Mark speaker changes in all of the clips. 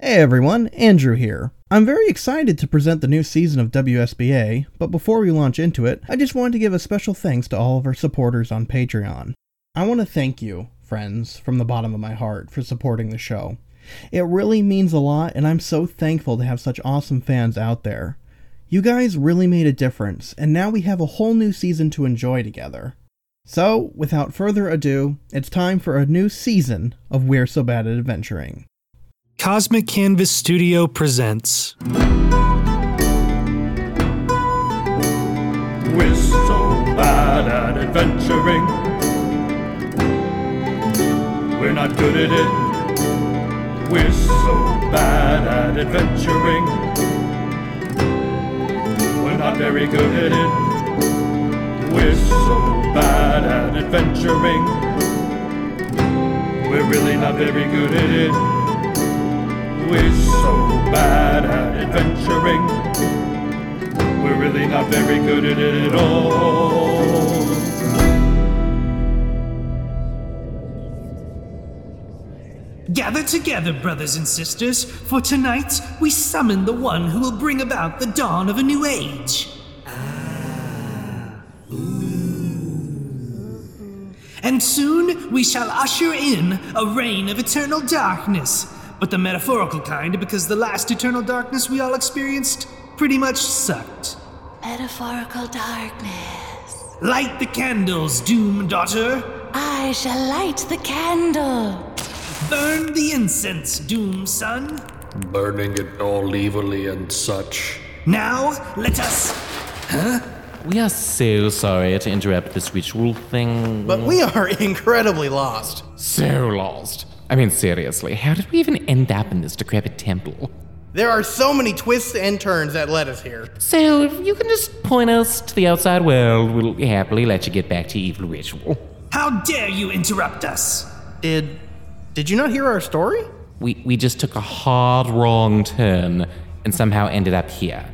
Speaker 1: Hey everyone, Andrew here. I'm very excited to present the new season of WSBA, but before we launch into it, I just wanted to give a special thanks to all of our supporters on Patreon. I want to thank you, friends, from the bottom of my heart for supporting the show. It really means a lot, and I'm so thankful to have such awesome fans out there. You guys really made a difference, and now we have a whole new season to enjoy together. So, without further ado, it's time for a new season of We're So Bad at Adventuring.
Speaker 2: Cosmic Canvas Studio presents
Speaker 3: We're so bad at adventuring. We're not good at it. We're so bad at adventuring. We're not very good at it. We're so bad at adventuring. We're really not very good at it. We're so bad at adventuring. We're really not very good at it at all.
Speaker 4: Gather together, brothers and sisters, for tonight we summon the one who will bring about the dawn of a new age. Ah. And soon we shall usher in a reign of eternal darkness, but the metaphorical kind, because the last eternal darkness we all experienced pretty much sucked.
Speaker 5: Metaphorical darkness.
Speaker 4: Light the candles, Doom Daughter.
Speaker 5: I shall light the candle.
Speaker 4: Burn the incense, Doom Son.
Speaker 6: burning it all evilly and such.
Speaker 4: Now let us
Speaker 7: We are so sorry to interrupt this ritual thing.
Speaker 8: But we are incredibly lost.
Speaker 7: so lost. I mean, seriously, how did we even end up in this decrepit temple?
Speaker 8: There are so many twists and turns that led us here.
Speaker 7: So, if you can just point us to the outside world, we'll happily let you get back to your evil ritual.
Speaker 4: How dare you interrupt us?
Speaker 8: Did did you not hear our story?
Speaker 7: We, we just took a hard wrong turn and somehow ended up here.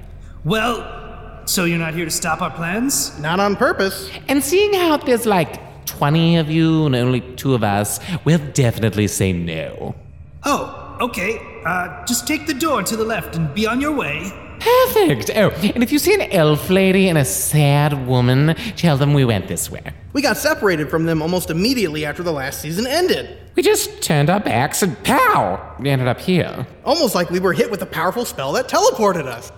Speaker 4: Well, so you're not here to stop our plans?
Speaker 8: Not on purpose.
Speaker 7: And seeing how there's like 20 of you and only two of us, we'll definitely say no.
Speaker 4: Oh, okay. Uh, just take the door to the left and be on your way.
Speaker 7: Perfect! Oh, and if you see an elf lady and a sad woman, tell them we went this way.
Speaker 8: We got separated from them almost immediately after the last season ended.
Speaker 7: We just turned our backs and pow! We ended up here.
Speaker 8: Almost like we were hit with a powerful spell that teleported us.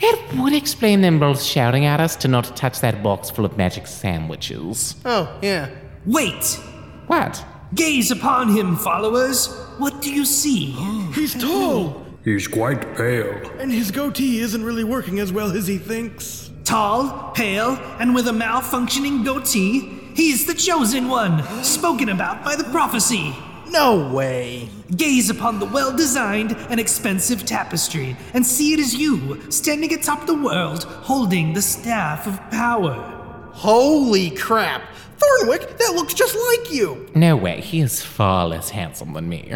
Speaker 7: That would explain them both shouting at us to not touch that box full of magic sandwiches.
Speaker 8: Oh, yeah.
Speaker 4: Wait!
Speaker 7: What?
Speaker 4: Gaze upon him, followers! What do you see?
Speaker 9: He's tall,
Speaker 6: He's quite pale.
Speaker 9: and his goatee isn't really working as well as he thinks.
Speaker 4: Tall, pale, and with a malfunctioning goatee, he's the chosen one, spoken about by the prophecy.
Speaker 8: No way.
Speaker 4: Gaze upon the well designed and expensive tapestry, and see it as you, standing atop the world, holding the staff of power.
Speaker 8: Holy crap. Thornwick, that looks just like you.
Speaker 7: No way, he is far less handsome than me.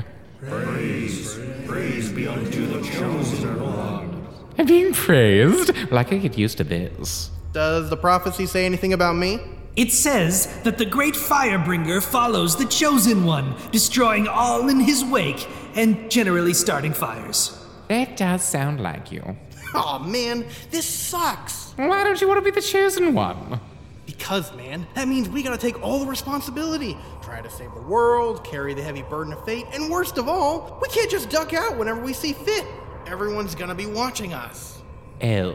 Speaker 7: Praise, praise be unto the chosen one. I'm being praised? Like I get used to this.
Speaker 8: Does the prophecy say anything about me?
Speaker 4: It says that the great firebringer follows the chosen one, destroying all in his wake and generally starting fires.
Speaker 7: That does sound like you.
Speaker 8: Aw, man, this sucks.
Speaker 7: Why don't you want to be the chosen one?
Speaker 8: Because, man, that means we gotta take all the responsibility. Try to save the world, carry the heavy burden of fate, and worst of all, we can't just duck out whenever we see fit. Everyone's gonna be watching us.
Speaker 7: Oh.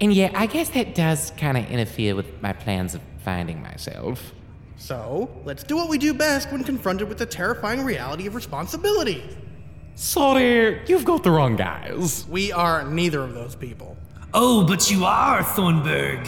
Speaker 7: And yeah, I guess that does kind of interfere with my plans of finding myself.
Speaker 8: So, let's do what we do best when confronted with the terrifying reality of responsibility.
Speaker 7: Sorry, you've got the wrong guys.
Speaker 8: We are neither of those people.
Speaker 4: Oh, but you are, Thornburg.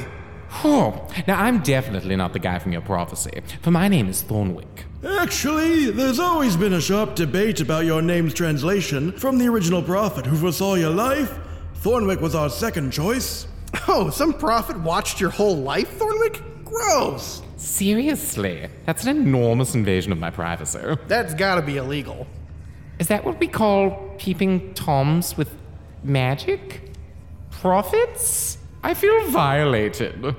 Speaker 7: Oh, now I'm definitely not the guy from your prophecy, for my name is Thornwick.
Speaker 9: Actually, there's always been a sharp debate about your name's translation from the original prophet who foresaw your life. Thornwick was our second choice.
Speaker 8: Oh, some prophet watched your whole life, Thornwick? Gross!
Speaker 7: Seriously, that's an enormous invasion of my privacy.
Speaker 8: That's gotta be illegal.
Speaker 7: Is that what we call peeping toms with magic? Prophets? I feel violated.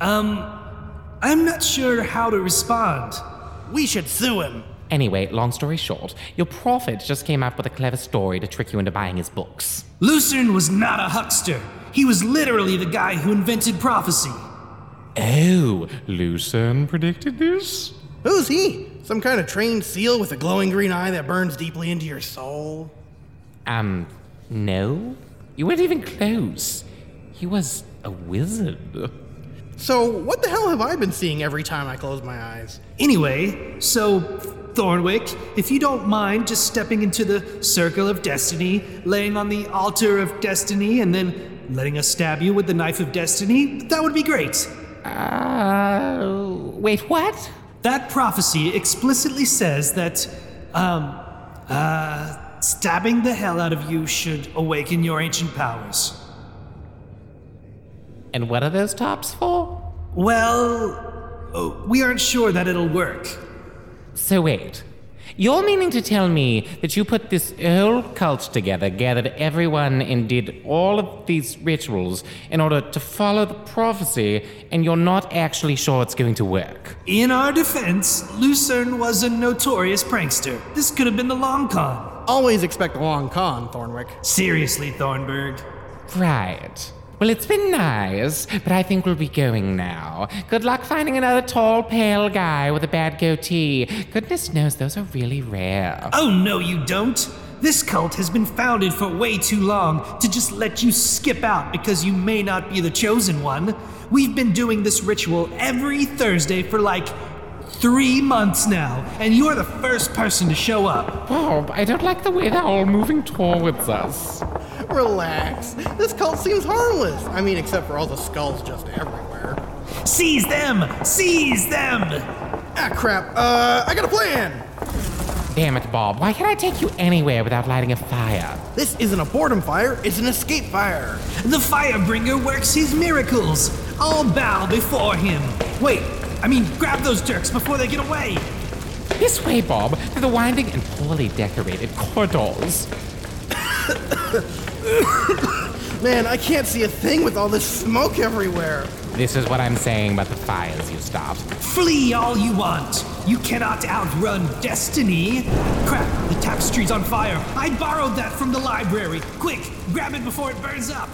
Speaker 4: Um, I'm not sure how to respond.
Speaker 8: We should sue him.
Speaker 7: Anyway, long story short, your prophet just came up with a clever story to trick you into buying his books.
Speaker 4: Lucerne was not a huckster. He was literally the guy who invented prophecy.
Speaker 7: Oh, Lucerne predicted this?
Speaker 8: Who's he? Some kind of trained seal with a glowing green eye that burns deeply into your soul?
Speaker 7: Um, no. You weren't even close. He was a wizard.
Speaker 8: So, what the hell have I been seeing every time I close my eyes?
Speaker 4: Anyway, so, Thornwick, if you don't mind just stepping into the circle of destiny, laying on the altar of destiny, and then letting us stab you with the knife of destiny, that would be great.
Speaker 7: Uh, wait, what?
Speaker 4: That prophecy explicitly says that, um, uh, stabbing the hell out of you should awaken your ancient powers.
Speaker 7: And what are those tops for?
Speaker 4: Well, oh, we aren't sure that it'll work.
Speaker 7: So wait. You're meaning to tell me that you put this whole cult together, gathered everyone, and did all of these rituals in order to follow the prophecy, and you're not actually sure it's going to work?
Speaker 4: In our defense, Lucerne was a notorious prankster. This could have been the long con.
Speaker 8: Always expect a long con, Thornwick.
Speaker 4: Seriously, Thornburg.
Speaker 7: Right. Well, it's been nice, but I think we'll be going now. Good luck finding another tall, pale guy with a bad goatee. Goodness knows those are really rare.
Speaker 4: Oh, no, you don't. This cult has been founded for way too long to just let you skip out because you may not be the chosen one. We've been doing this ritual every Thursday for like three months now, and you're the first person to show up.
Speaker 7: Bob, I don't like the way they're all moving towards us.
Speaker 8: Relax. This cult seems harmless. I mean, except for all the skulls just everywhere.
Speaker 4: Seize them! Seize them!
Speaker 8: Ah, crap. Uh, I got a plan.
Speaker 7: Damn it, Bob. Why can't I take you anywhere without lighting a fire?
Speaker 8: This isn't a boredom fire, it's an escape fire.
Speaker 4: The Firebringer works his miracles. All bow before him. Wait, I mean, grab those jerks before they get away.
Speaker 7: This way, Bob, through the winding and poorly decorated corridors.
Speaker 8: Man, I can't see a thing with all this smoke everywhere.
Speaker 7: This is what I'm saying about the fires you stopped.
Speaker 4: Flee all you want. You cannot outrun destiny. Crap, the tapestry's on fire. I borrowed that from the library. Quick, grab it before it burns up.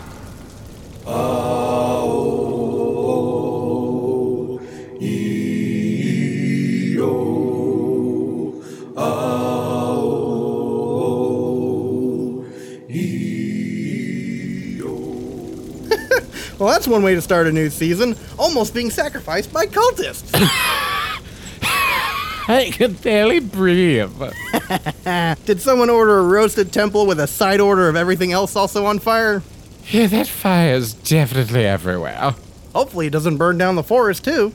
Speaker 8: Well, that's one way to start a new season almost being sacrificed by cultists.
Speaker 7: I can barely breathe.
Speaker 8: Did someone order a roasted temple with a side order of everything else also on fire?
Speaker 7: Yeah, that fire's definitely everywhere.
Speaker 8: Hopefully, it doesn't burn down the forest, too.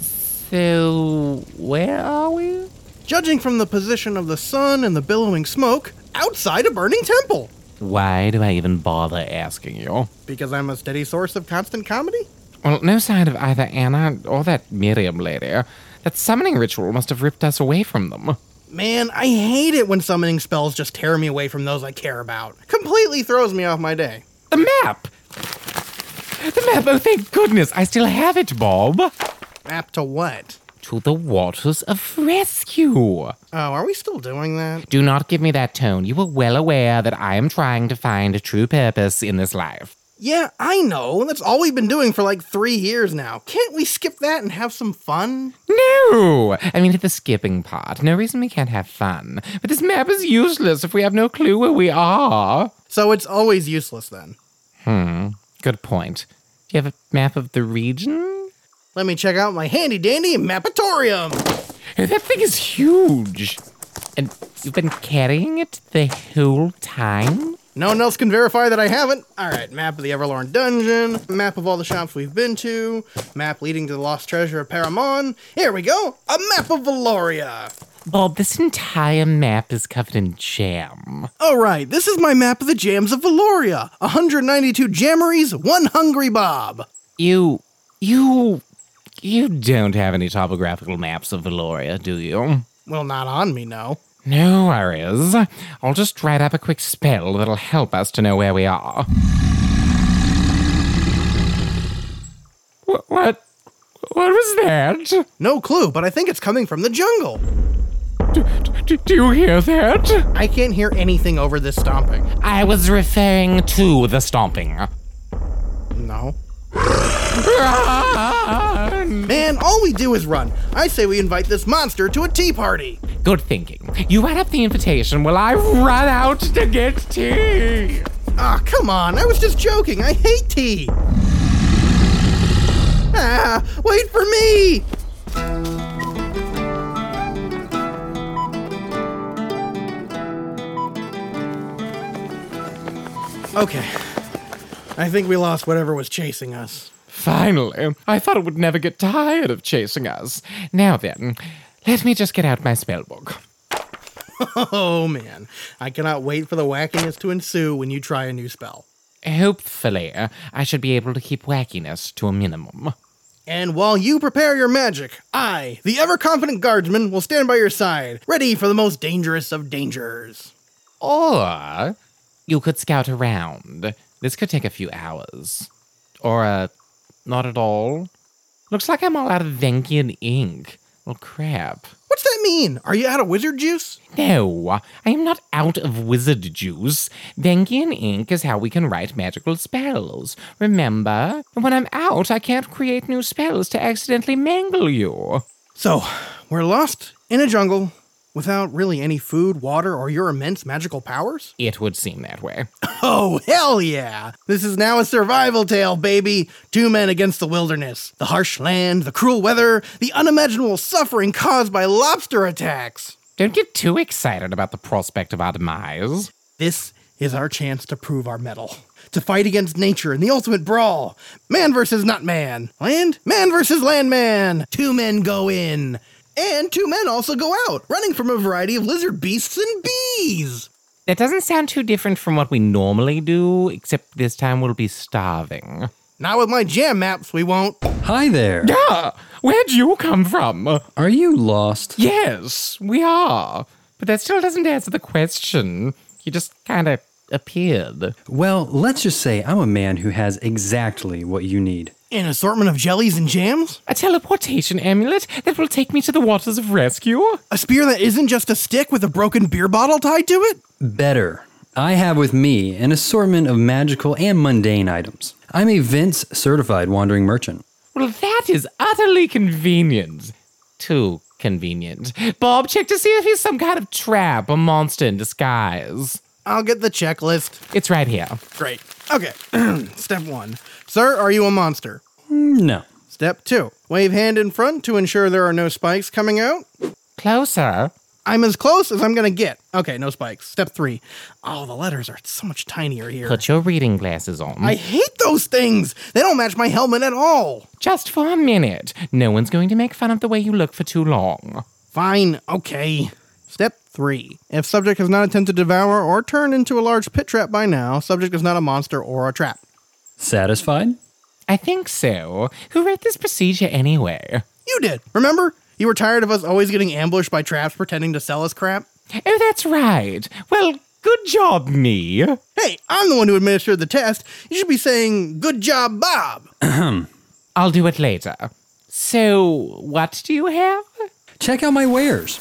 Speaker 7: So, where are we?
Speaker 8: Judging from the position of the sun and the billowing smoke, outside a burning temple.
Speaker 7: Why do I even bother asking you?
Speaker 8: Because I'm a steady source of constant comedy?
Speaker 7: Well, no sign of either Anna or that Miriam lady. That summoning ritual must have ripped us away from them.
Speaker 8: Man, I hate it when summoning spells just tear me away from those I care about. Completely throws me off my day.
Speaker 7: The map! The map, oh, thank goodness, I still have it, Bob!
Speaker 8: Apt to what?
Speaker 7: To the waters of rescue!
Speaker 8: Oh, are we still doing that?
Speaker 7: Do not give me that tone. You are well aware that I am trying to find a true purpose in this life.
Speaker 8: Yeah, I know. That's all we've been doing for like three years now. Can't we skip that and have some fun?
Speaker 7: No! I mean, the skipping part. No reason we can't have fun. But this map is useless if we have no clue where we are.
Speaker 8: So it's always useless then.
Speaker 7: Good point. Do you have a map of the region?
Speaker 8: Let me check out my handy dandy mapatorium.
Speaker 7: Hey, That thing is huge! And you've been carrying it the whole time?
Speaker 8: No one else can verify that I haven't. All right, map of the Everlorn dungeon, map of all the shops we've been to, map leading to the lost treasure of Paramon. Here we go, a map of Valoria.
Speaker 7: Bob, this entire map is covered in jam.
Speaker 8: All right, this is my map of the jams of Valoria. 192 jammeries, one hungry Bob.
Speaker 7: You. you. you don't have any topographical maps of Valoria, do you?
Speaker 8: Well, not on me, no.
Speaker 7: No worries. I'll just write up a quick spell that'll help us to know where we are. What? What, what was that?
Speaker 8: No clue, but I think it's coming from the jungle.
Speaker 7: do, do you hear that?
Speaker 8: I can't hear anything over this stomping.
Speaker 7: I was referring to the stomping.
Speaker 8: No. Man, all we do is run. I say we invite this monster to a tea party.
Speaker 7: Good thinking. You write up the invitation while I run out to get tea.
Speaker 8: Ah, come on. I was just joking. I hate tea. Ah, wait for me. Okay. I think we lost whatever was chasing us.
Speaker 7: Finally, I thought it would never get tired of chasing us. Now then, let me just get out my spell book.
Speaker 8: Oh man, I cannot wait for the wackiness to ensue when you try a new spell.
Speaker 7: Hopefully, I should be able to keep wackiness to a minimum.
Speaker 8: And while you prepare your magic, I, the ever confident guardsman, will stand by your side, ready for the most dangerous of dangers.
Speaker 7: Or you could scout around. This could take a few hours. Or, uh, not at all. Looks like I'm all out of Venkian ink. Well, crap.
Speaker 8: What's that mean? Are you out of wizard juice?
Speaker 7: No, I am not out of wizard juice. Venkian ink is how we can write magical spells. Remember? When I'm out, I can't create new spells to accidentally mangle you.
Speaker 8: So, we're lost in a jungle without really any food, water, or your immense magical powers?
Speaker 7: It would seem that way.
Speaker 8: Oh, hell yeah! This is now a survival tale, baby! Two men against the wilderness, the harsh land, the cruel weather, the unimaginable suffering caused by lobster attacks.
Speaker 7: Don't get too excited about the prospect of our demise.
Speaker 8: This is our chance to prove our mettle. To fight against nature in the ultimate brawl. Man versus not man. Land? Man versus landman. Two men go in. And two men also go out, running from a variety of lizard beasts and bees.
Speaker 7: That doesn't sound too different from what we normally do, except this time we'll be starving.
Speaker 8: Not with my jam maps, we won't.
Speaker 10: Hi there.
Speaker 7: Yeah, where'd you come from?
Speaker 10: Are you lost?
Speaker 7: Yes, we are. But that still doesn't answer the question. You just kind of appeared.
Speaker 10: Well, let's just say I'm a man who has exactly what you need.
Speaker 8: An assortment of jellies and jams?
Speaker 7: A teleportation amulet that will take me to the waters of rescue?
Speaker 8: A spear that isn't just a stick with a broken beer bottle tied to it?
Speaker 10: Better. I have with me an assortment of magical and mundane items. I'm a Vince certified wandering merchant.
Speaker 7: Well, that is utterly convenient. Too convenient. Bob, check to see if he's some kind of trap or monster in disguise.
Speaker 8: I'll get the checklist.
Speaker 7: It's right here.
Speaker 8: Great. Okay. Step one Sir, are you a monster?
Speaker 10: No.
Speaker 8: Step two Wave hand in front to ensure there are no spikes coming out.
Speaker 7: Closer.
Speaker 8: I'm as close as I'm going to get. Okay, no spikes. Step three. Oh, the letters are so much tinier here.
Speaker 7: Put your reading glasses on.
Speaker 8: I hate those things. They don't match my helmet at all.
Speaker 7: Just for a minute. No one's going to make fun of the way you look for too long.
Speaker 8: Fine, okay. Step three. If subject has not attempted to devour or turn into a large pit trap by now, subject is not a monster or a trap.
Speaker 10: Satisfied?
Speaker 7: I think so. Who wrote this procedure anyway?
Speaker 8: You did. Remember? You were tired of us always getting ambushed by traps pretending to sell us crap?
Speaker 7: Oh, that's right. Well, good job, me.
Speaker 8: Hey, I'm the one who administered the test. You should be saying, Good job, Bob.
Speaker 7: I'll do it later. So, what do you have?
Speaker 10: Check out my wares.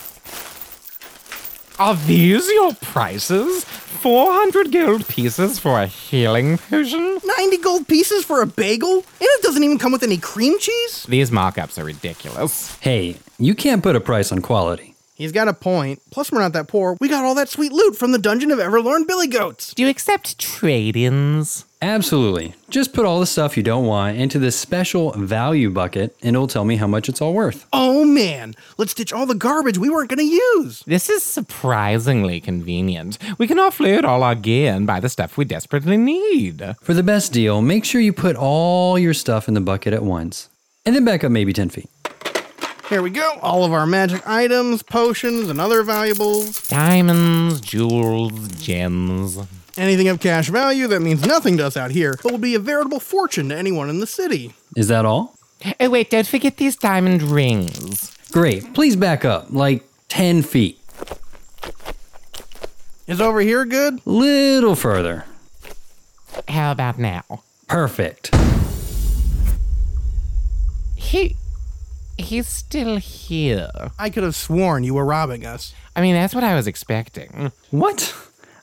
Speaker 7: Are these your prices? 400 gold pieces for a healing potion?
Speaker 8: 90 gold pieces for a bagel? And it doesn't even come with any cream cheese?
Speaker 7: These markups are ridiculous.
Speaker 10: Hey, you can't put a price on quality.
Speaker 8: He's got a point. Plus, we're not that poor. We got all that sweet loot from the dungeon of Everlorn Billy Goats.
Speaker 7: Do you accept trade ins?
Speaker 10: Absolutely. Just put all the stuff you don't want into this special value bucket and it'll tell me how much it's all worth.
Speaker 8: Oh man, let's ditch all the garbage we weren't gonna use.
Speaker 7: This is surprisingly convenient. We can offload all our gear and buy the stuff we desperately need.
Speaker 10: For the best deal, make sure you put all your stuff in the bucket at once and then back up maybe 10 feet.
Speaker 8: Here we go. All of our magic items, potions, and other valuables.
Speaker 7: Diamonds, jewels, gems.
Speaker 8: Anything of cash value that means nothing to us out here, but will be a veritable fortune to anyone in the city.
Speaker 10: Is that all?
Speaker 7: Oh, wait, don't forget these diamond rings.
Speaker 10: Great. Please back up like 10 feet.
Speaker 8: Is over here good?
Speaker 10: Little further.
Speaker 7: How about now?
Speaker 10: Perfect.
Speaker 7: He. He's still here.
Speaker 8: I could have sworn you were robbing us.
Speaker 7: I mean, that's what I was expecting.
Speaker 10: What?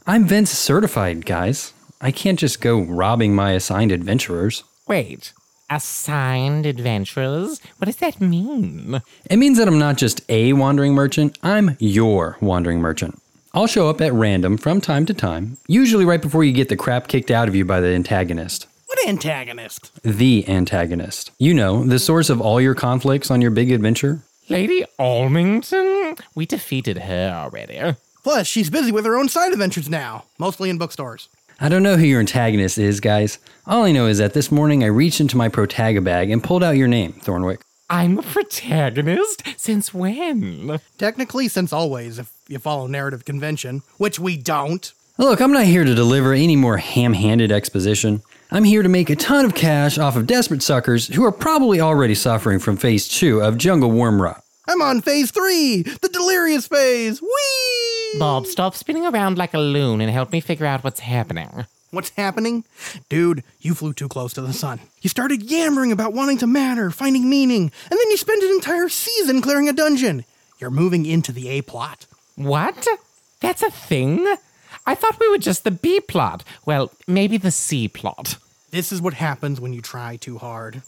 Speaker 10: I'm Vince certified, guys. I can't just go robbing my assigned adventurers.
Speaker 7: Wait, assigned adventurers? What does that mean?
Speaker 10: It means that I'm not just a wandering merchant, I'm your wandering merchant. I'll show up at random from time to time, usually right before you get the crap kicked out of you by the antagonist.
Speaker 8: What antagonist?
Speaker 10: The antagonist. You know, the source of all your conflicts on your big adventure.
Speaker 7: Lady Almington? We defeated her already.
Speaker 8: Plus, she's busy with her own side adventures now, mostly in bookstores.
Speaker 10: I don't know who your antagonist is, guys. All I know is that this morning I reached into my Protaga bag and pulled out your name, Thornwick.
Speaker 7: I'm the protagonist? Since when?
Speaker 8: Technically, since always, if you follow narrative convention, which we don't.
Speaker 10: Look, I'm not here to deliver any more ham handed exposition. I'm here to make a ton of cash off of desperate suckers who are probably already suffering from phase two of jungle worm rot.
Speaker 8: I'm on phase three, the delirious phase. Whee!
Speaker 7: Bob, stop spinning around like a loon and help me figure out what's happening.
Speaker 8: What's happening? Dude, you flew too close to the sun. You started yammering about wanting to matter, finding meaning, and then you spent an entire season clearing a dungeon. You're moving into the A plot.
Speaker 7: What? That's a thing? I thought we were just the B plot. Well, maybe the C plot.
Speaker 8: This is what happens when you try too hard.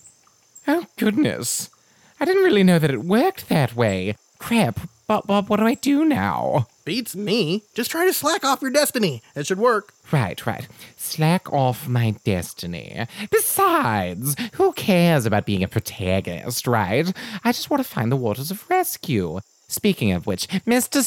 Speaker 7: Oh, goodness. I didn't really know that it worked that way. Crap, Bob, Bob, what do I do now?
Speaker 8: Beats me. Just try to slack off your destiny. It should work.
Speaker 7: Right, right. Slack off my destiny. Besides, who cares about being a protagonist, right? I just want to find the waters of rescue. Speaking of which, Mr.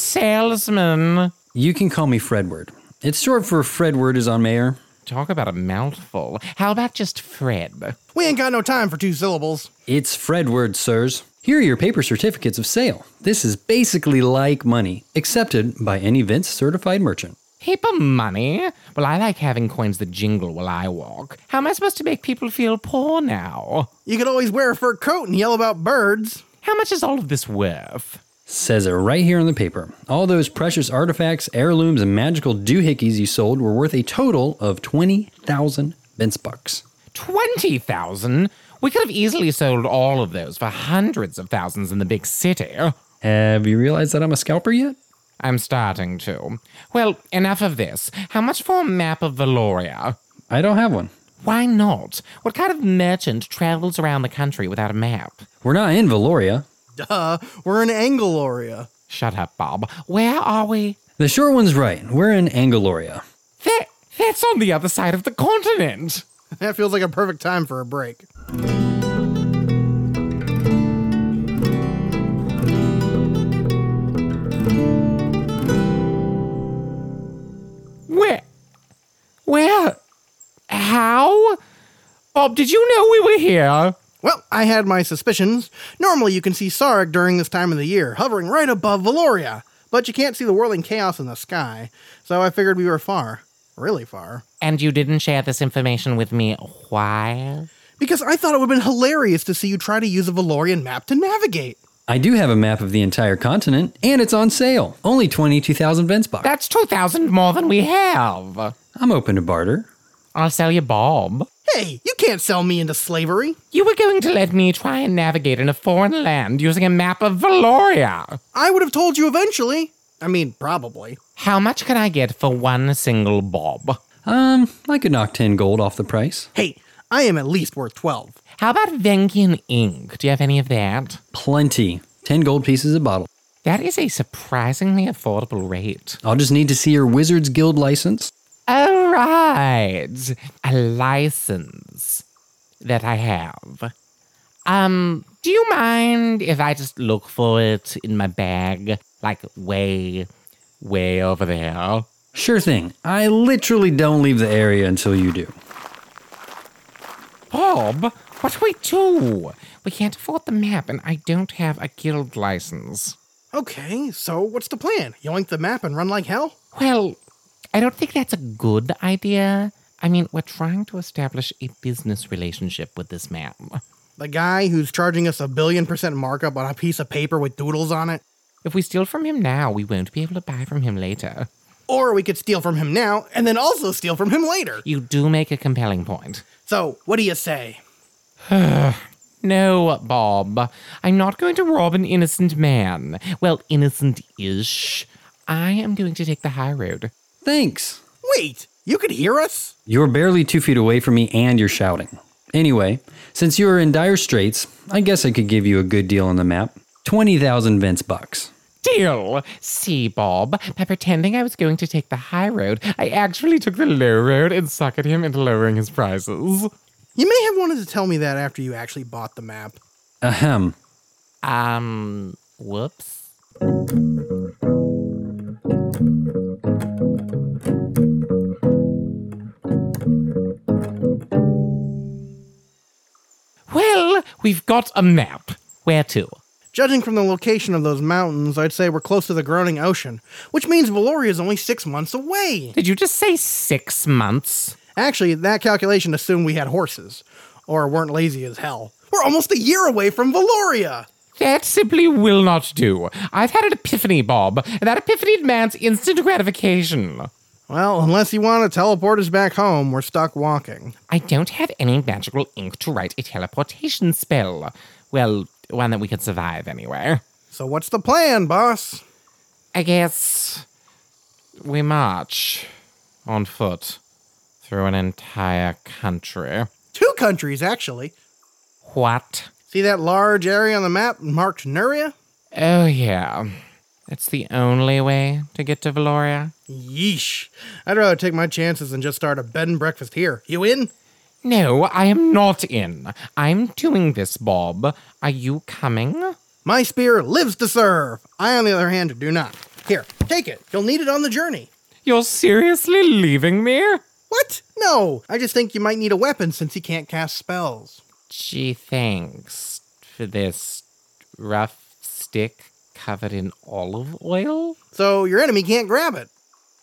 Speaker 7: Salesman.
Speaker 10: You can call me Fredward. It's short for Fredward is on mayor.
Speaker 7: Talk about a mouthful. How about just Fred?
Speaker 8: We ain't got no time for two syllables.
Speaker 10: It's Fredward, sirs. Here are your paper certificates of sale. This is basically like money, accepted by any Vince certified merchant.
Speaker 7: Paper money? Well, I like having coins that jingle while I walk. How am I supposed to make people feel poor now?
Speaker 8: You could always wear a fur coat and yell about birds.
Speaker 7: How much is all of this worth?
Speaker 10: Says it right here on the paper. All those precious artifacts, heirlooms, and magical doohickeys you sold were worth a total of 20,000 Vince bucks.
Speaker 7: 20,000? We could have easily sold all of those for hundreds of thousands in the big city.
Speaker 10: Have you realized that I'm a scalper yet?
Speaker 7: I'm starting to. Well, enough of this. How much for a map of Valoria?
Speaker 10: I don't have one.
Speaker 7: Why not? What kind of merchant travels around the country without a map?
Speaker 10: We're not in Valoria.
Speaker 8: Duh, we're in Angloria.
Speaker 7: Shut up, Bob. Where are we?
Speaker 10: The short one's right. We're in Angloria.
Speaker 7: That, that's on the other side of the continent.
Speaker 8: That feels like a perfect time for a break.
Speaker 7: Where? Where? How? Bob, did you know we were here?
Speaker 8: Well, I had my suspicions. Normally, you can see Sarg during this time of the year, hovering right above Valoria, but you can't see the whirling chaos in the sky, so I figured we were far. Really far.
Speaker 7: And you didn't share this information with me. Why?
Speaker 8: Because I thought it would have been hilarious to see you try to use a Valorian map to navigate.
Speaker 10: I do have a map of the entire continent, and it's on sale. Only 22,000 Vensbach.
Speaker 7: That's 2,000 more than we have.
Speaker 10: I'm open to barter.
Speaker 7: I'll sell you Bob.
Speaker 8: Hey, you can't sell me into slavery.
Speaker 7: You were going to let me try and navigate in a foreign land using a map of Valoria.
Speaker 8: I would have told you eventually. I mean, probably.
Speaker 7: How much can I get for one single Bob?
Speaker 10: Um, I could knock 10 gold off the price.
Speaker 8: Hey, I am at least worth 12.
Speaker 7: How about Venkian ink? Do you have any of that?
Speaker 10: Plenty. 10 gold pieces a bottle.
Speaker 7: That is a surprisingly affordable rate.
Speaker 10: I'll just need to see your Wizards Guild license.
Speaker 7: All right. A license that I have. Um, do you mind if I just look for it in my bag? Like way, way over there?
Speaker 10: Sure thing. I literally don't leave the area until you do.
Speaker 7: Bob, what do we do? We can't afford the map, and I don't have a guild license.
Speaker 8: Okay, so what's the plan? Yoink the map and run like hell?
Speaker 7: Well, I don't think that's a good idea. I mean, we're trying to establish a business relationship with this map.
Speaker 8: The guy who's charging us a billion percent markup on a piece of paper with doodles on it?
Speaker 7: If we steal from him now, we won't be able to buy from him later.
Speaker 8: Or we could steal from him now and then also steal from him later.
Speaker 7: You do make a compelling point.
Speaker 8: So, what do you say?
Speaker 7: No, Bob. I'm not going to rob an innocent man. Well, innocent ish. I am going to take the high road.
Speaker 10: Thanks.
Speaker 8: Wait, you can hear us?
Speaker 10: You're barely two feet away from me and you're shouting. Anyway, since you are in dire straits, I guess I could give you a good deal on the map 20,000 Vince bucks.
Speaker 7: Deal! See, Bob, by pretending I was going to take the high road, I actually took the low road and suckered him into lowering his prices.
Speaker 8: You may have wanted to tell me that after you actually bought the map.
Speaker 10: Ahem.
Speaker 7: Um, whoops. Well, we've got a map. Where to?
Speaker 8: Judging from the location of those mountains, I'd say we're close to the groaning ocean, which means Valoria is only six months away.
Speaker 7: Did you just say six months?
Speaker 8: Actually, that calculation assumed we had horses, or weren't lazy as hell. We're almost a year away from Valoria!
Speaker 7: That simply will not do. I've had an epiphany, Bob, and that epiphany demands instant gratification.
Speaker 8: Well, unless you want to teleport us back home, we're stuck walking.
Speaker 7: I don't have any magical ink to write a teleportation spell. Well, one that we could survive anyway.
Speaker 8: So, what's the plan, boss?
Speaker 7: I guess we march on foot through an entire country.
Speaker 8: Two countries, actually.
Speaker 7: What?
Speaker 8: See that large area on the map marked Nuria?
Speaker 7: Oh, yeah. That's the only way to get to Valoria.
Speaker 8: Yeesh. I'd rather take my chances and just start a bed and breakfast here. You in?
Speaker 7: No, I am not in. I'm doing this, Bob. Are you coming?
Speaker 8: My spear lives to serve. I, on the other hand, do not. Here, take it. You'll need it on the journey.
Speaker 7: You're seriously leaving me?
Speaker 8: What? No. I just think you might need a weapon since he can't cast spells.
Speaker 7: Gee, thanks for this rough stick covered in olive oil.
Speaker 8: So your enemy can't grab it.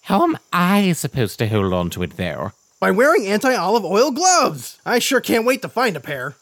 Speaker 7: How am I supposed to hold on to it, though?
Speaker 8: By wearing anti olive oil gloves. I sure can't wait to find a pair.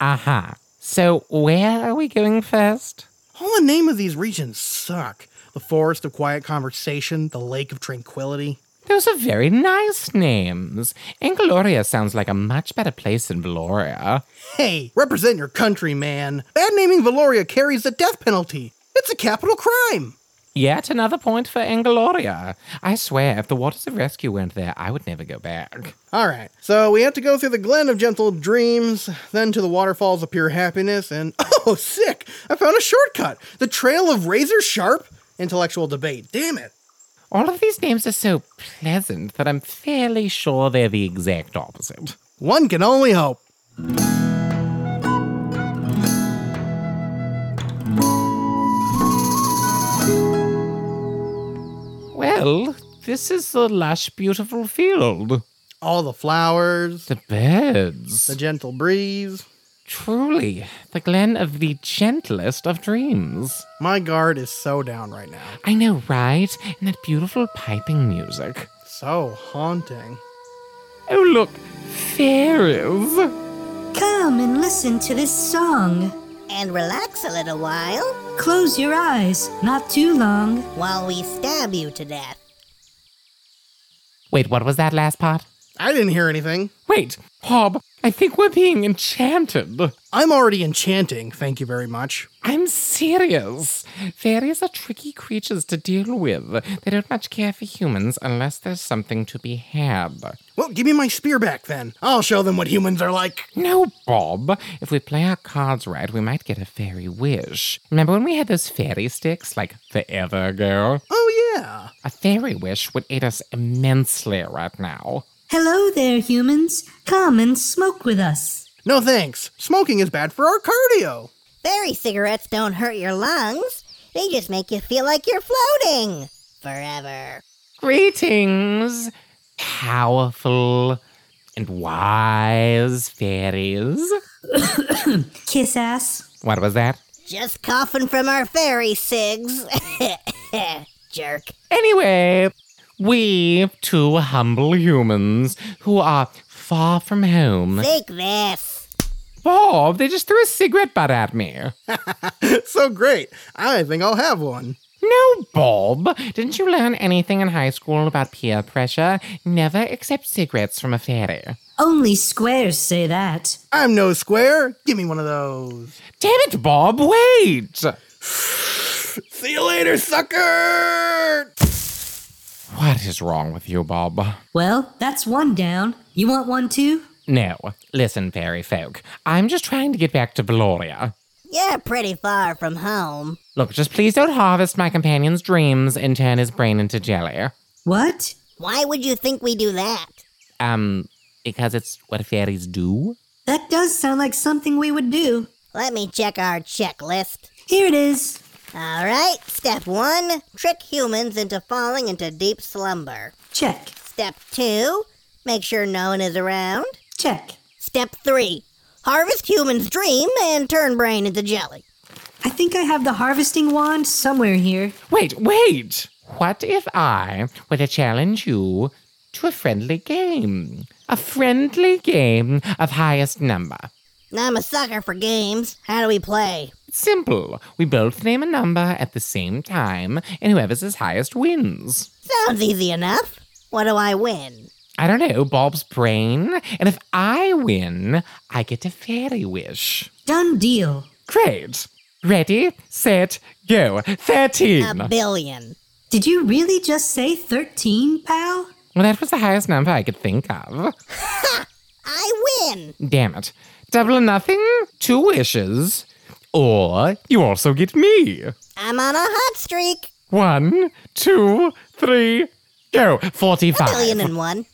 Speaker 7: Aha. Uh-huh. So, where are we going first?
Speaker 8: All the name of these regions suck. The Forest of Quiet Conversation, the Lake of Tranquility.
Speaker 7: Those are very nice names. Angloria sounds like a much better place than Valoria.
Speaker 8: Hey, represent your country, man. Bad naming Valoria carries the death penalty. It's a capital crime.
Speaker 7: Yet another point for Angloria. I swear, if the Waters of Rescue weren't there, I would never go back.
Speaker 8: All right, so we have to go through the Glen of Gentle Dreams, then to the Waterfalls of Pure Happiness, and oh, sick! I found a shortcut! The Trail of Razor Sharp? Intellectual debate. Damn it.
Speaker 7: All of these names are so pleasant that I'm fairly sure they're the exact opposite.
Speaker 8: One can only hope.
Speaker 7: Well, this is the lush, beautiful field.
Speaker 8: All the flowers,
Speaker 7: The birds.
Speaker 8: the gentle breeze.
Speaker 7: Truly, the glen of the gentlest of dreams.
Speaker 8: My guard is so down right now.
Speaker 7: I know, right? And that beautiful piping music.
Speaker 8: So haunting.
Speaker 7: Oh, look, fairies.
Speaker 11: Come and listen to this song.
Speaker 12: and relax a little while
Speaker 11: Close your eyes, not too long.
Speaker 12: while we stab you to death.
Speaker 7: Wait, what was that last part?
Speaker 8: I didn't hear anything.
Speaker 7: Wait, Bob, I think we're being enchanted.
Speaker 8: I'm already enchanting, thank you very much.
Speaker 7: I'm serious. Fairies are tricky creatures to deal with. They don't much care for humans unless there's something to be had.
Speaker 8: Well, give me my spear back then. I'll show them what humans are like.
Speaker 7: No, Bob. If we play our cards right, we might get a fairy wish. Remember when we had those fairy sticks, like forever ago?
Speaker 8: Oh, yeah.
Speaker 7: A fairy wish would aid us immensely right now.
Speaker 11: Hello there, humans. Come and smoke with us.
Speaker 8: No thanks. Smoking is bad for our cardio.
Speaker 12: Fairy cigarettes don't hurt your lungs, they just make you feel like you're floating forever.
Speaker 7: Greetings, powerful and wise fairies.
Speaker 11: Kiss ass.
Speaker 7: What was that?
Speaker 12: Just coughing from our fairy cigs. Jerk.
Speaker 7: Anyway, we two humble humans who are far from home.
Speaker 12: Take this.
Speaker 7: Bob, they just threw a cigarette butt at me.
Speaker 8: so great. I think I'll have one.
Speaker 7: No, Bob. Didn't you learn anything in high school about peer pressure? Never accept cigarettes from a fairy.
Speaker 11: Only squares say that.
Speaker 8: I'm no square. Give me one of those.
Speaker 7: Damn it, Bob, wait!
Speaker 8: See you later, sucker!
Speaker 7: What is wrong with you, Bob?
Speaker 11: Well, that's one down. You want one too?
Speaker 7: No, listen, fairy folk. I'm just trying to get back to Valoria.
Speaker 12: You're pretty far from home.
Speaker 7: Look, just please don't harvest my companion's dreams and turn his brain into jelly.
Speaker 11: What?
Speaker 12: Why would you think we do that?
Speaker 7: Um, because it's what fairies do?
Speaker 11: That does sound like something we would do.
Speaker 12: Let me check our checklist.
Speaker 11: Here it is.
Speaker 12: All right, step one trick humans into falling into deep slumber.
Speaker 11: Check.
Speaker 12: Step two make sure no one is around.
Speaker 11: Check.
Speaker 12: Step three harvest humans' dream and turn brain into jelly.
Speaker 11: I think I have the harvesting wand somewhere here.
Speaker 7: Wait, wait! What if I were to challenge you to a friendly game? A friendly game of highest number.
Speaker 12: I'm a sucker for games. How do we play?
Speaker 7: It's simple. We both name a number at the same time, and whoever's as highest wins.
Speaker 12: Sounds easy enough. What do I win?
Speaker 7: I don't know, Bob's brain. And if I win, I get a fairy wish.
Speaker 11: Done deal.
Speaker 7: Great. Ready, set, go. 13.
Speaker 12: A billion.
Speaker 11: Did you really just say 13, pal?
Speaker 7: Well, that was the highest number I could think of.
Speaker 12: Ha! I win!
Speaker 7: Damn it. Double or nothing, two wishes. Or you also get me.
Speaker 12: I'm on a hot streak.
Speaker 7: One, two, three, go. 45.
Speaker 12: A billion and one.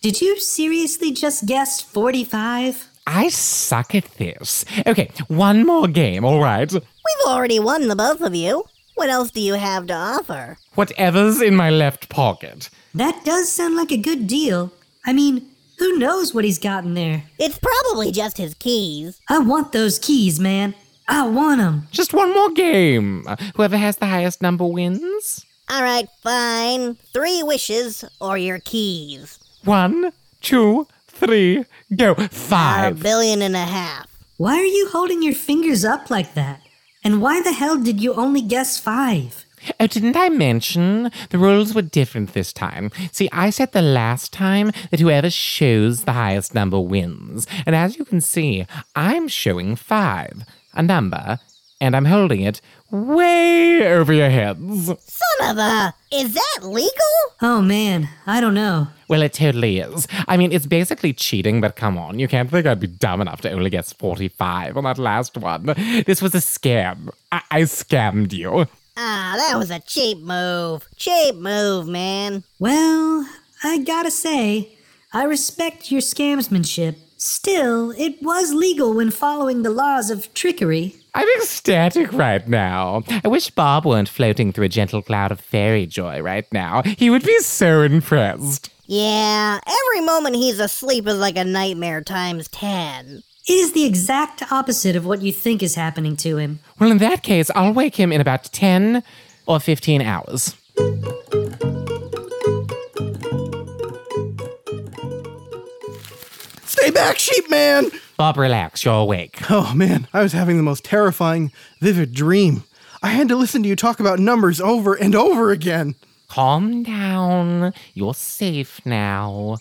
Speaker 11: Did you seriously just guess 45?
Speaker 7: I suck at this. Okay, one more game, all right?
Speaker 12: We've already won the both of you. What else do you have to offer?
Speaker 7: Whatever's in my left pocket.
Speaker 11: That does sound like a good deal. I mean, who knows what he's got in there?
Speaker 12: It's probably just his keys.
Speaker 11: I want those keys, man. I want 'em.
Speaker 7: Just one more game. Whoever has the highest number wins.
Speaker 12: All right, fine. Three wishes or your keys.
Speaker 7: One, two, three, go.
Speaker 12: A
Speaker 7: Five.
Speaker 12: billion and a half.
Speaker 11: Why are you holding your fingers up like that? And why the hell did you only guess five?
Speaker 7: Oh, didn't I mention the rules were different this time? See, I said the last time that whoever shows the highest number wins. And as you can see, I'm showing five, a number, and I'm holding it way over your heads.
Speaker 12: Son of a. Is that legal?
Speaker 11: Oh man, I don't know.
Speaker 7: Well, it totally is. I mean, it's basically cheating, but come on, you can't think I'd be dumb enough to only guess 45 on that last one. This was a scam. I, I scammed you.
Speaker 12: Ah, that was a cheap move. Cheap move, man.
Speaker 11: Well, I gotta say, I respect your scamsmanship. Still, it was legal when following the laws of trickery.
Speaker 7: I'm ecstatic right now. I wish Bob weren't floating through a gentle cloud of fairy joy right now. He would be so impressed.
Speaker 12: Yeah, every moment he's asleep is like a nightmare times ten.
Speaker 11: It is the exact opposite of what you think is happening to him.
Speaker 7: Well, in that case, I'll wake him in about 10 or 15 hours.
Speaker 8: Stay back, sheep man!
Speaker 7: Bob, relax. You're awake.
Speaker 8: Oh man, I was having the most terrifying, vivid dream. I had to listen to you talk about numbers over and over again.
Speaker 7: Calm down. You're safe now.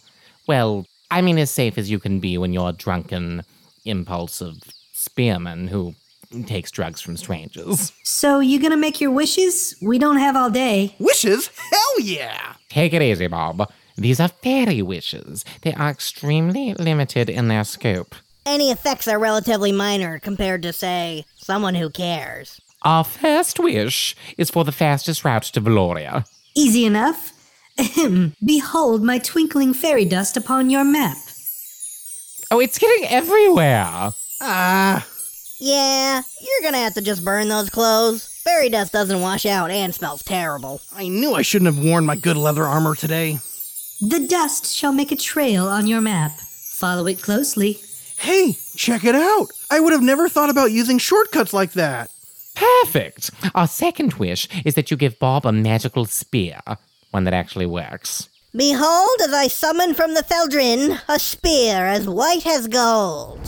Speaker 7: Well, I mean, as safe as you can be when you're a drunken, impulsive spearman who takes drugs from strangers.
Speaker 11: So, you gonna make your wishes? We don't have all day.
Speaker 8: Wishes? Hell yeah!
Speaker 7: Take it easy, Bob. These are fairy wishes. They are extremely limited in their scope.
Speaker 12: Any effects are relatively minor compared to, say, someone who cares.
Speaker 7: Our first wish is for the fastest route to Valoria.
Speaker 11: Easy enough. Ahem. Behold my twinkling fairy dust upon your map.
Speaker 7: Oh, it's getting everywhere.
Speaker 8: Ah,
Speaker 12: Yeah, you're gonna have to just burn those clothes. Fairy dust doesn't wash out and smells terrible.
Speaker 8: I knew I shouldn't have worn my good leather armor today.
Speaker 11: The dust shall make a trail on your map. Follow it closely.
Speaker 8: Hey, check it out! I would have never thought about using shortcuts like that.
Speaker 7: Perfect. Our second wish is that you give Bob a magical spear, one that actually works.
Speaker 12: Behold, as I summon from the Feldrin a spear as white as gold.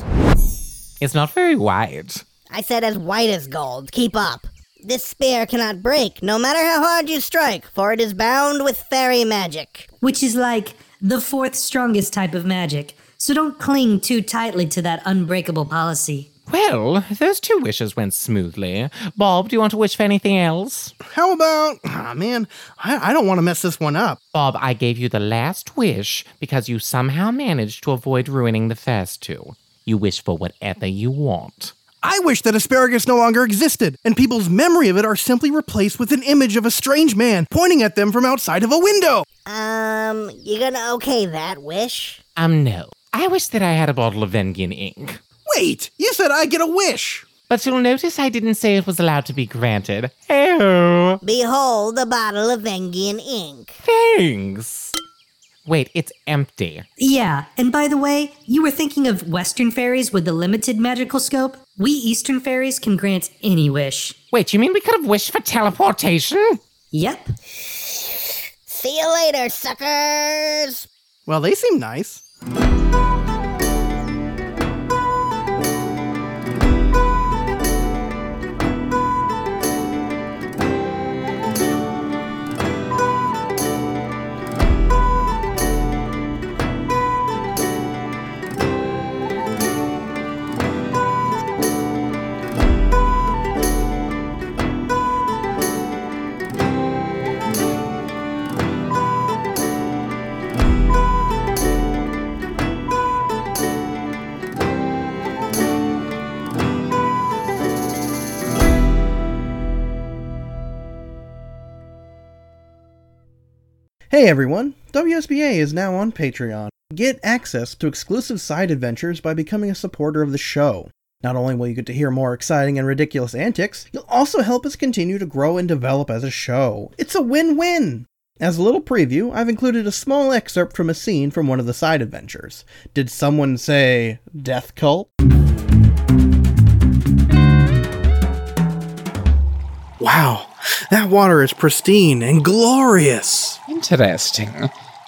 Speaker 7: It's not very wide.
Speaker 12: I said as white as gold. Keep up. This spear cannot break, no matter how hard you strike, for it is bound with fairy magic.
Speaker 10: Which is like the fourth strongest type of magic, so don't cling too tightly to that unbreakable policy.
Speaker 13: Well, those two wishes went smoothly. Bob, do you want to wish for anything else?
Speaker 8: How about. Ah, man, I, I don't want to mess this one up.
Speaker 13: Bob, I gave you the last wish because you somehow managed to avoid ruining the first two. You wish for whatever you want.
Speaker 8: I wish that asparagus no longer existed, and people's memory of it are simply replaced with an image of a strange man pointing at them from outside of a window.
Speaker 12: Um, you gonna okay that wish?
Speaker 13: Um, no. I wish that I had a bottle of Vengian ink.
Speaker 8: Wait, you said I get a wish.
Speaker 13: But you'll notice I didn't say it was allowed to be granted. Oh.
Speaker 12: Behold the bottle of Vengian ink.
Speaker 13: Thanks. Wait, it's empty.
Speaker 10: Yeah, and by the way, you were thinking of Western fairies with the limited magical scope? We Eastern fairies can grant any wish.
Speaker 13: Wait, you mean we could have wished for teleportation?
Speaker 10: Yep.
Speaker 12: See you later, suckers!
Speaker 8: Well, they seem nice.
Speaker 14: Hey everyone, WSBA is now on Patreon. Get access to exclusive side adventures by becoming a supporter of the show. Not only will you get to hear more exciting and ridiculous antics, you'll also help us continue to grow and develop as a show. It's a win win! As a little preview, I've included a small excerpt from a scene from one of the side adventures. Did someone say Death Cult?
Speaker 8: Wow, that water is pristine and glorious.
Speaker 7: Interesting.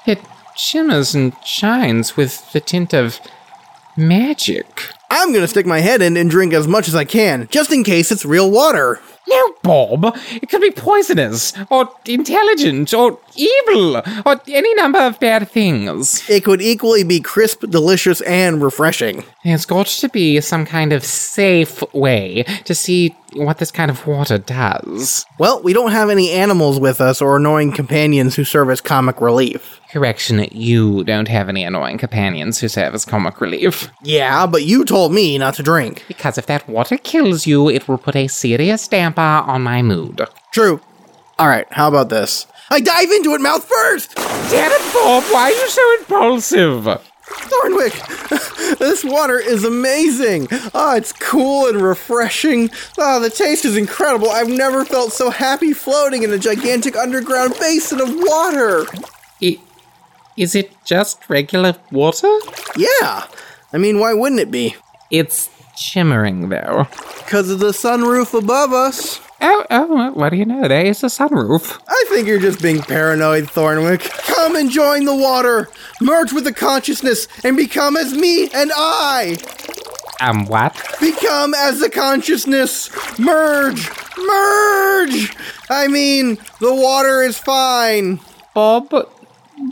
Speaker 7: It shimmers and shines with the tint of magic.
Speaker 8: I'm gonna stick my head in and drink as much as I can, just in case it's real water.
Speaker 7: No, Bob. It could be poisonous, or intelligent, or evil, or any number of bad things.
Speaker 8: It could equally be crisp, delicious, and refreshing.
Speaker 7: There's got to be some kind of safe way to see what this kind of water does.
Speaker 8: Well, we don't have any animals with us or annoying companions who serve as comic relief.
Speaker 7: Correction, you don't have any annoying companions who serve as comic relief.
Speaker 8: Yeah, but you told me not to drink.
Speaker 7: Because if that water kills you, it will put a serious damper on my mood.
Speaker 8: True. Alright, how about this? I dive into it mouth first!
Speaker 7: Damn it, Bob, why are you so impulsive?
Speaker 8: Thornwick, this water is amazing. Ah, it's cool and refreshing. Ah, the taste is incredible. I've never felt so happy floating in a gigantic underground basin of water.
Speaker 7: It, is it just regular water?
Speaker 8: Yeah. I mean, why wouldn't it be?
Speaker 7: It's shimmering, though.
Speaker 8: Because of the sunroof above us.
Speaker 7: Oh, oh, what do you know? There is a sunroof.
Speaker 8: I think you're just being paranoid, Thornwick. Come and join the water, merge with the consciousness, and become as me and I.
Speaker 7: Um, what?
Speaker 8: Become as the consciousness, merge, merge. I mean, the water is fine.
Speaker 7: Bob,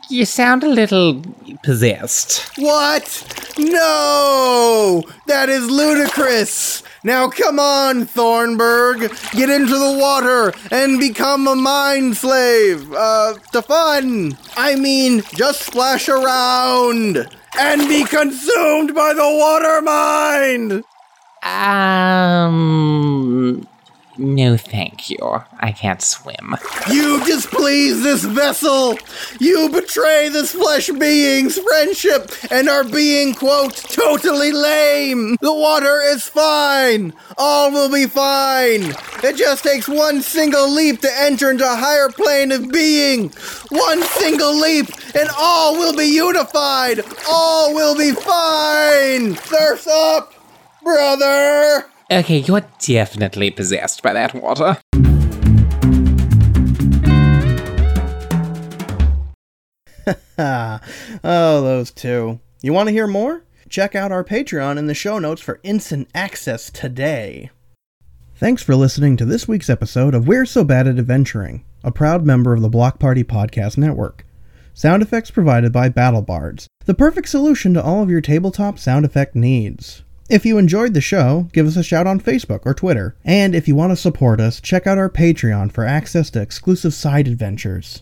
Speaker 7: you sound a little possessed.
Speaker 8: What? No! That is ludicrous! Now come on, Thornburg! Get into the water and become a mind slave! Uh, to fun! I mean, just splash around! And be consumed by the water mind!
Speaker 7: Um. No, thank you. I can't swim.
Speaker 8: You displease this vessel! You betray this flesh being's friendship and are being, quote, totally lame! The water is fine! All will be fine! It just takes one single leap to enter into a higher plane of being! One single leap and all will be unified! All will be fine! Surf's up, brother!
Speaker 7: Okay, you're definitely possessed by that water.
Speaker 14: oh, those two. You want to hear more? Check out our Patreon in the show notes for instant access today.
Speaker 8: Thanks for listening to this week's episode of We're So Bad at Adventuring, a proud member of the Block Party Podcast Network. Sound effects provided by Battle Bards, the perfect solution to all of your tabletop sound effect needs. If you enjoyed the show, give us a shout on Facebook or Twitter. And if you want to support us, check out our Patreon for access to exclusive side adventures.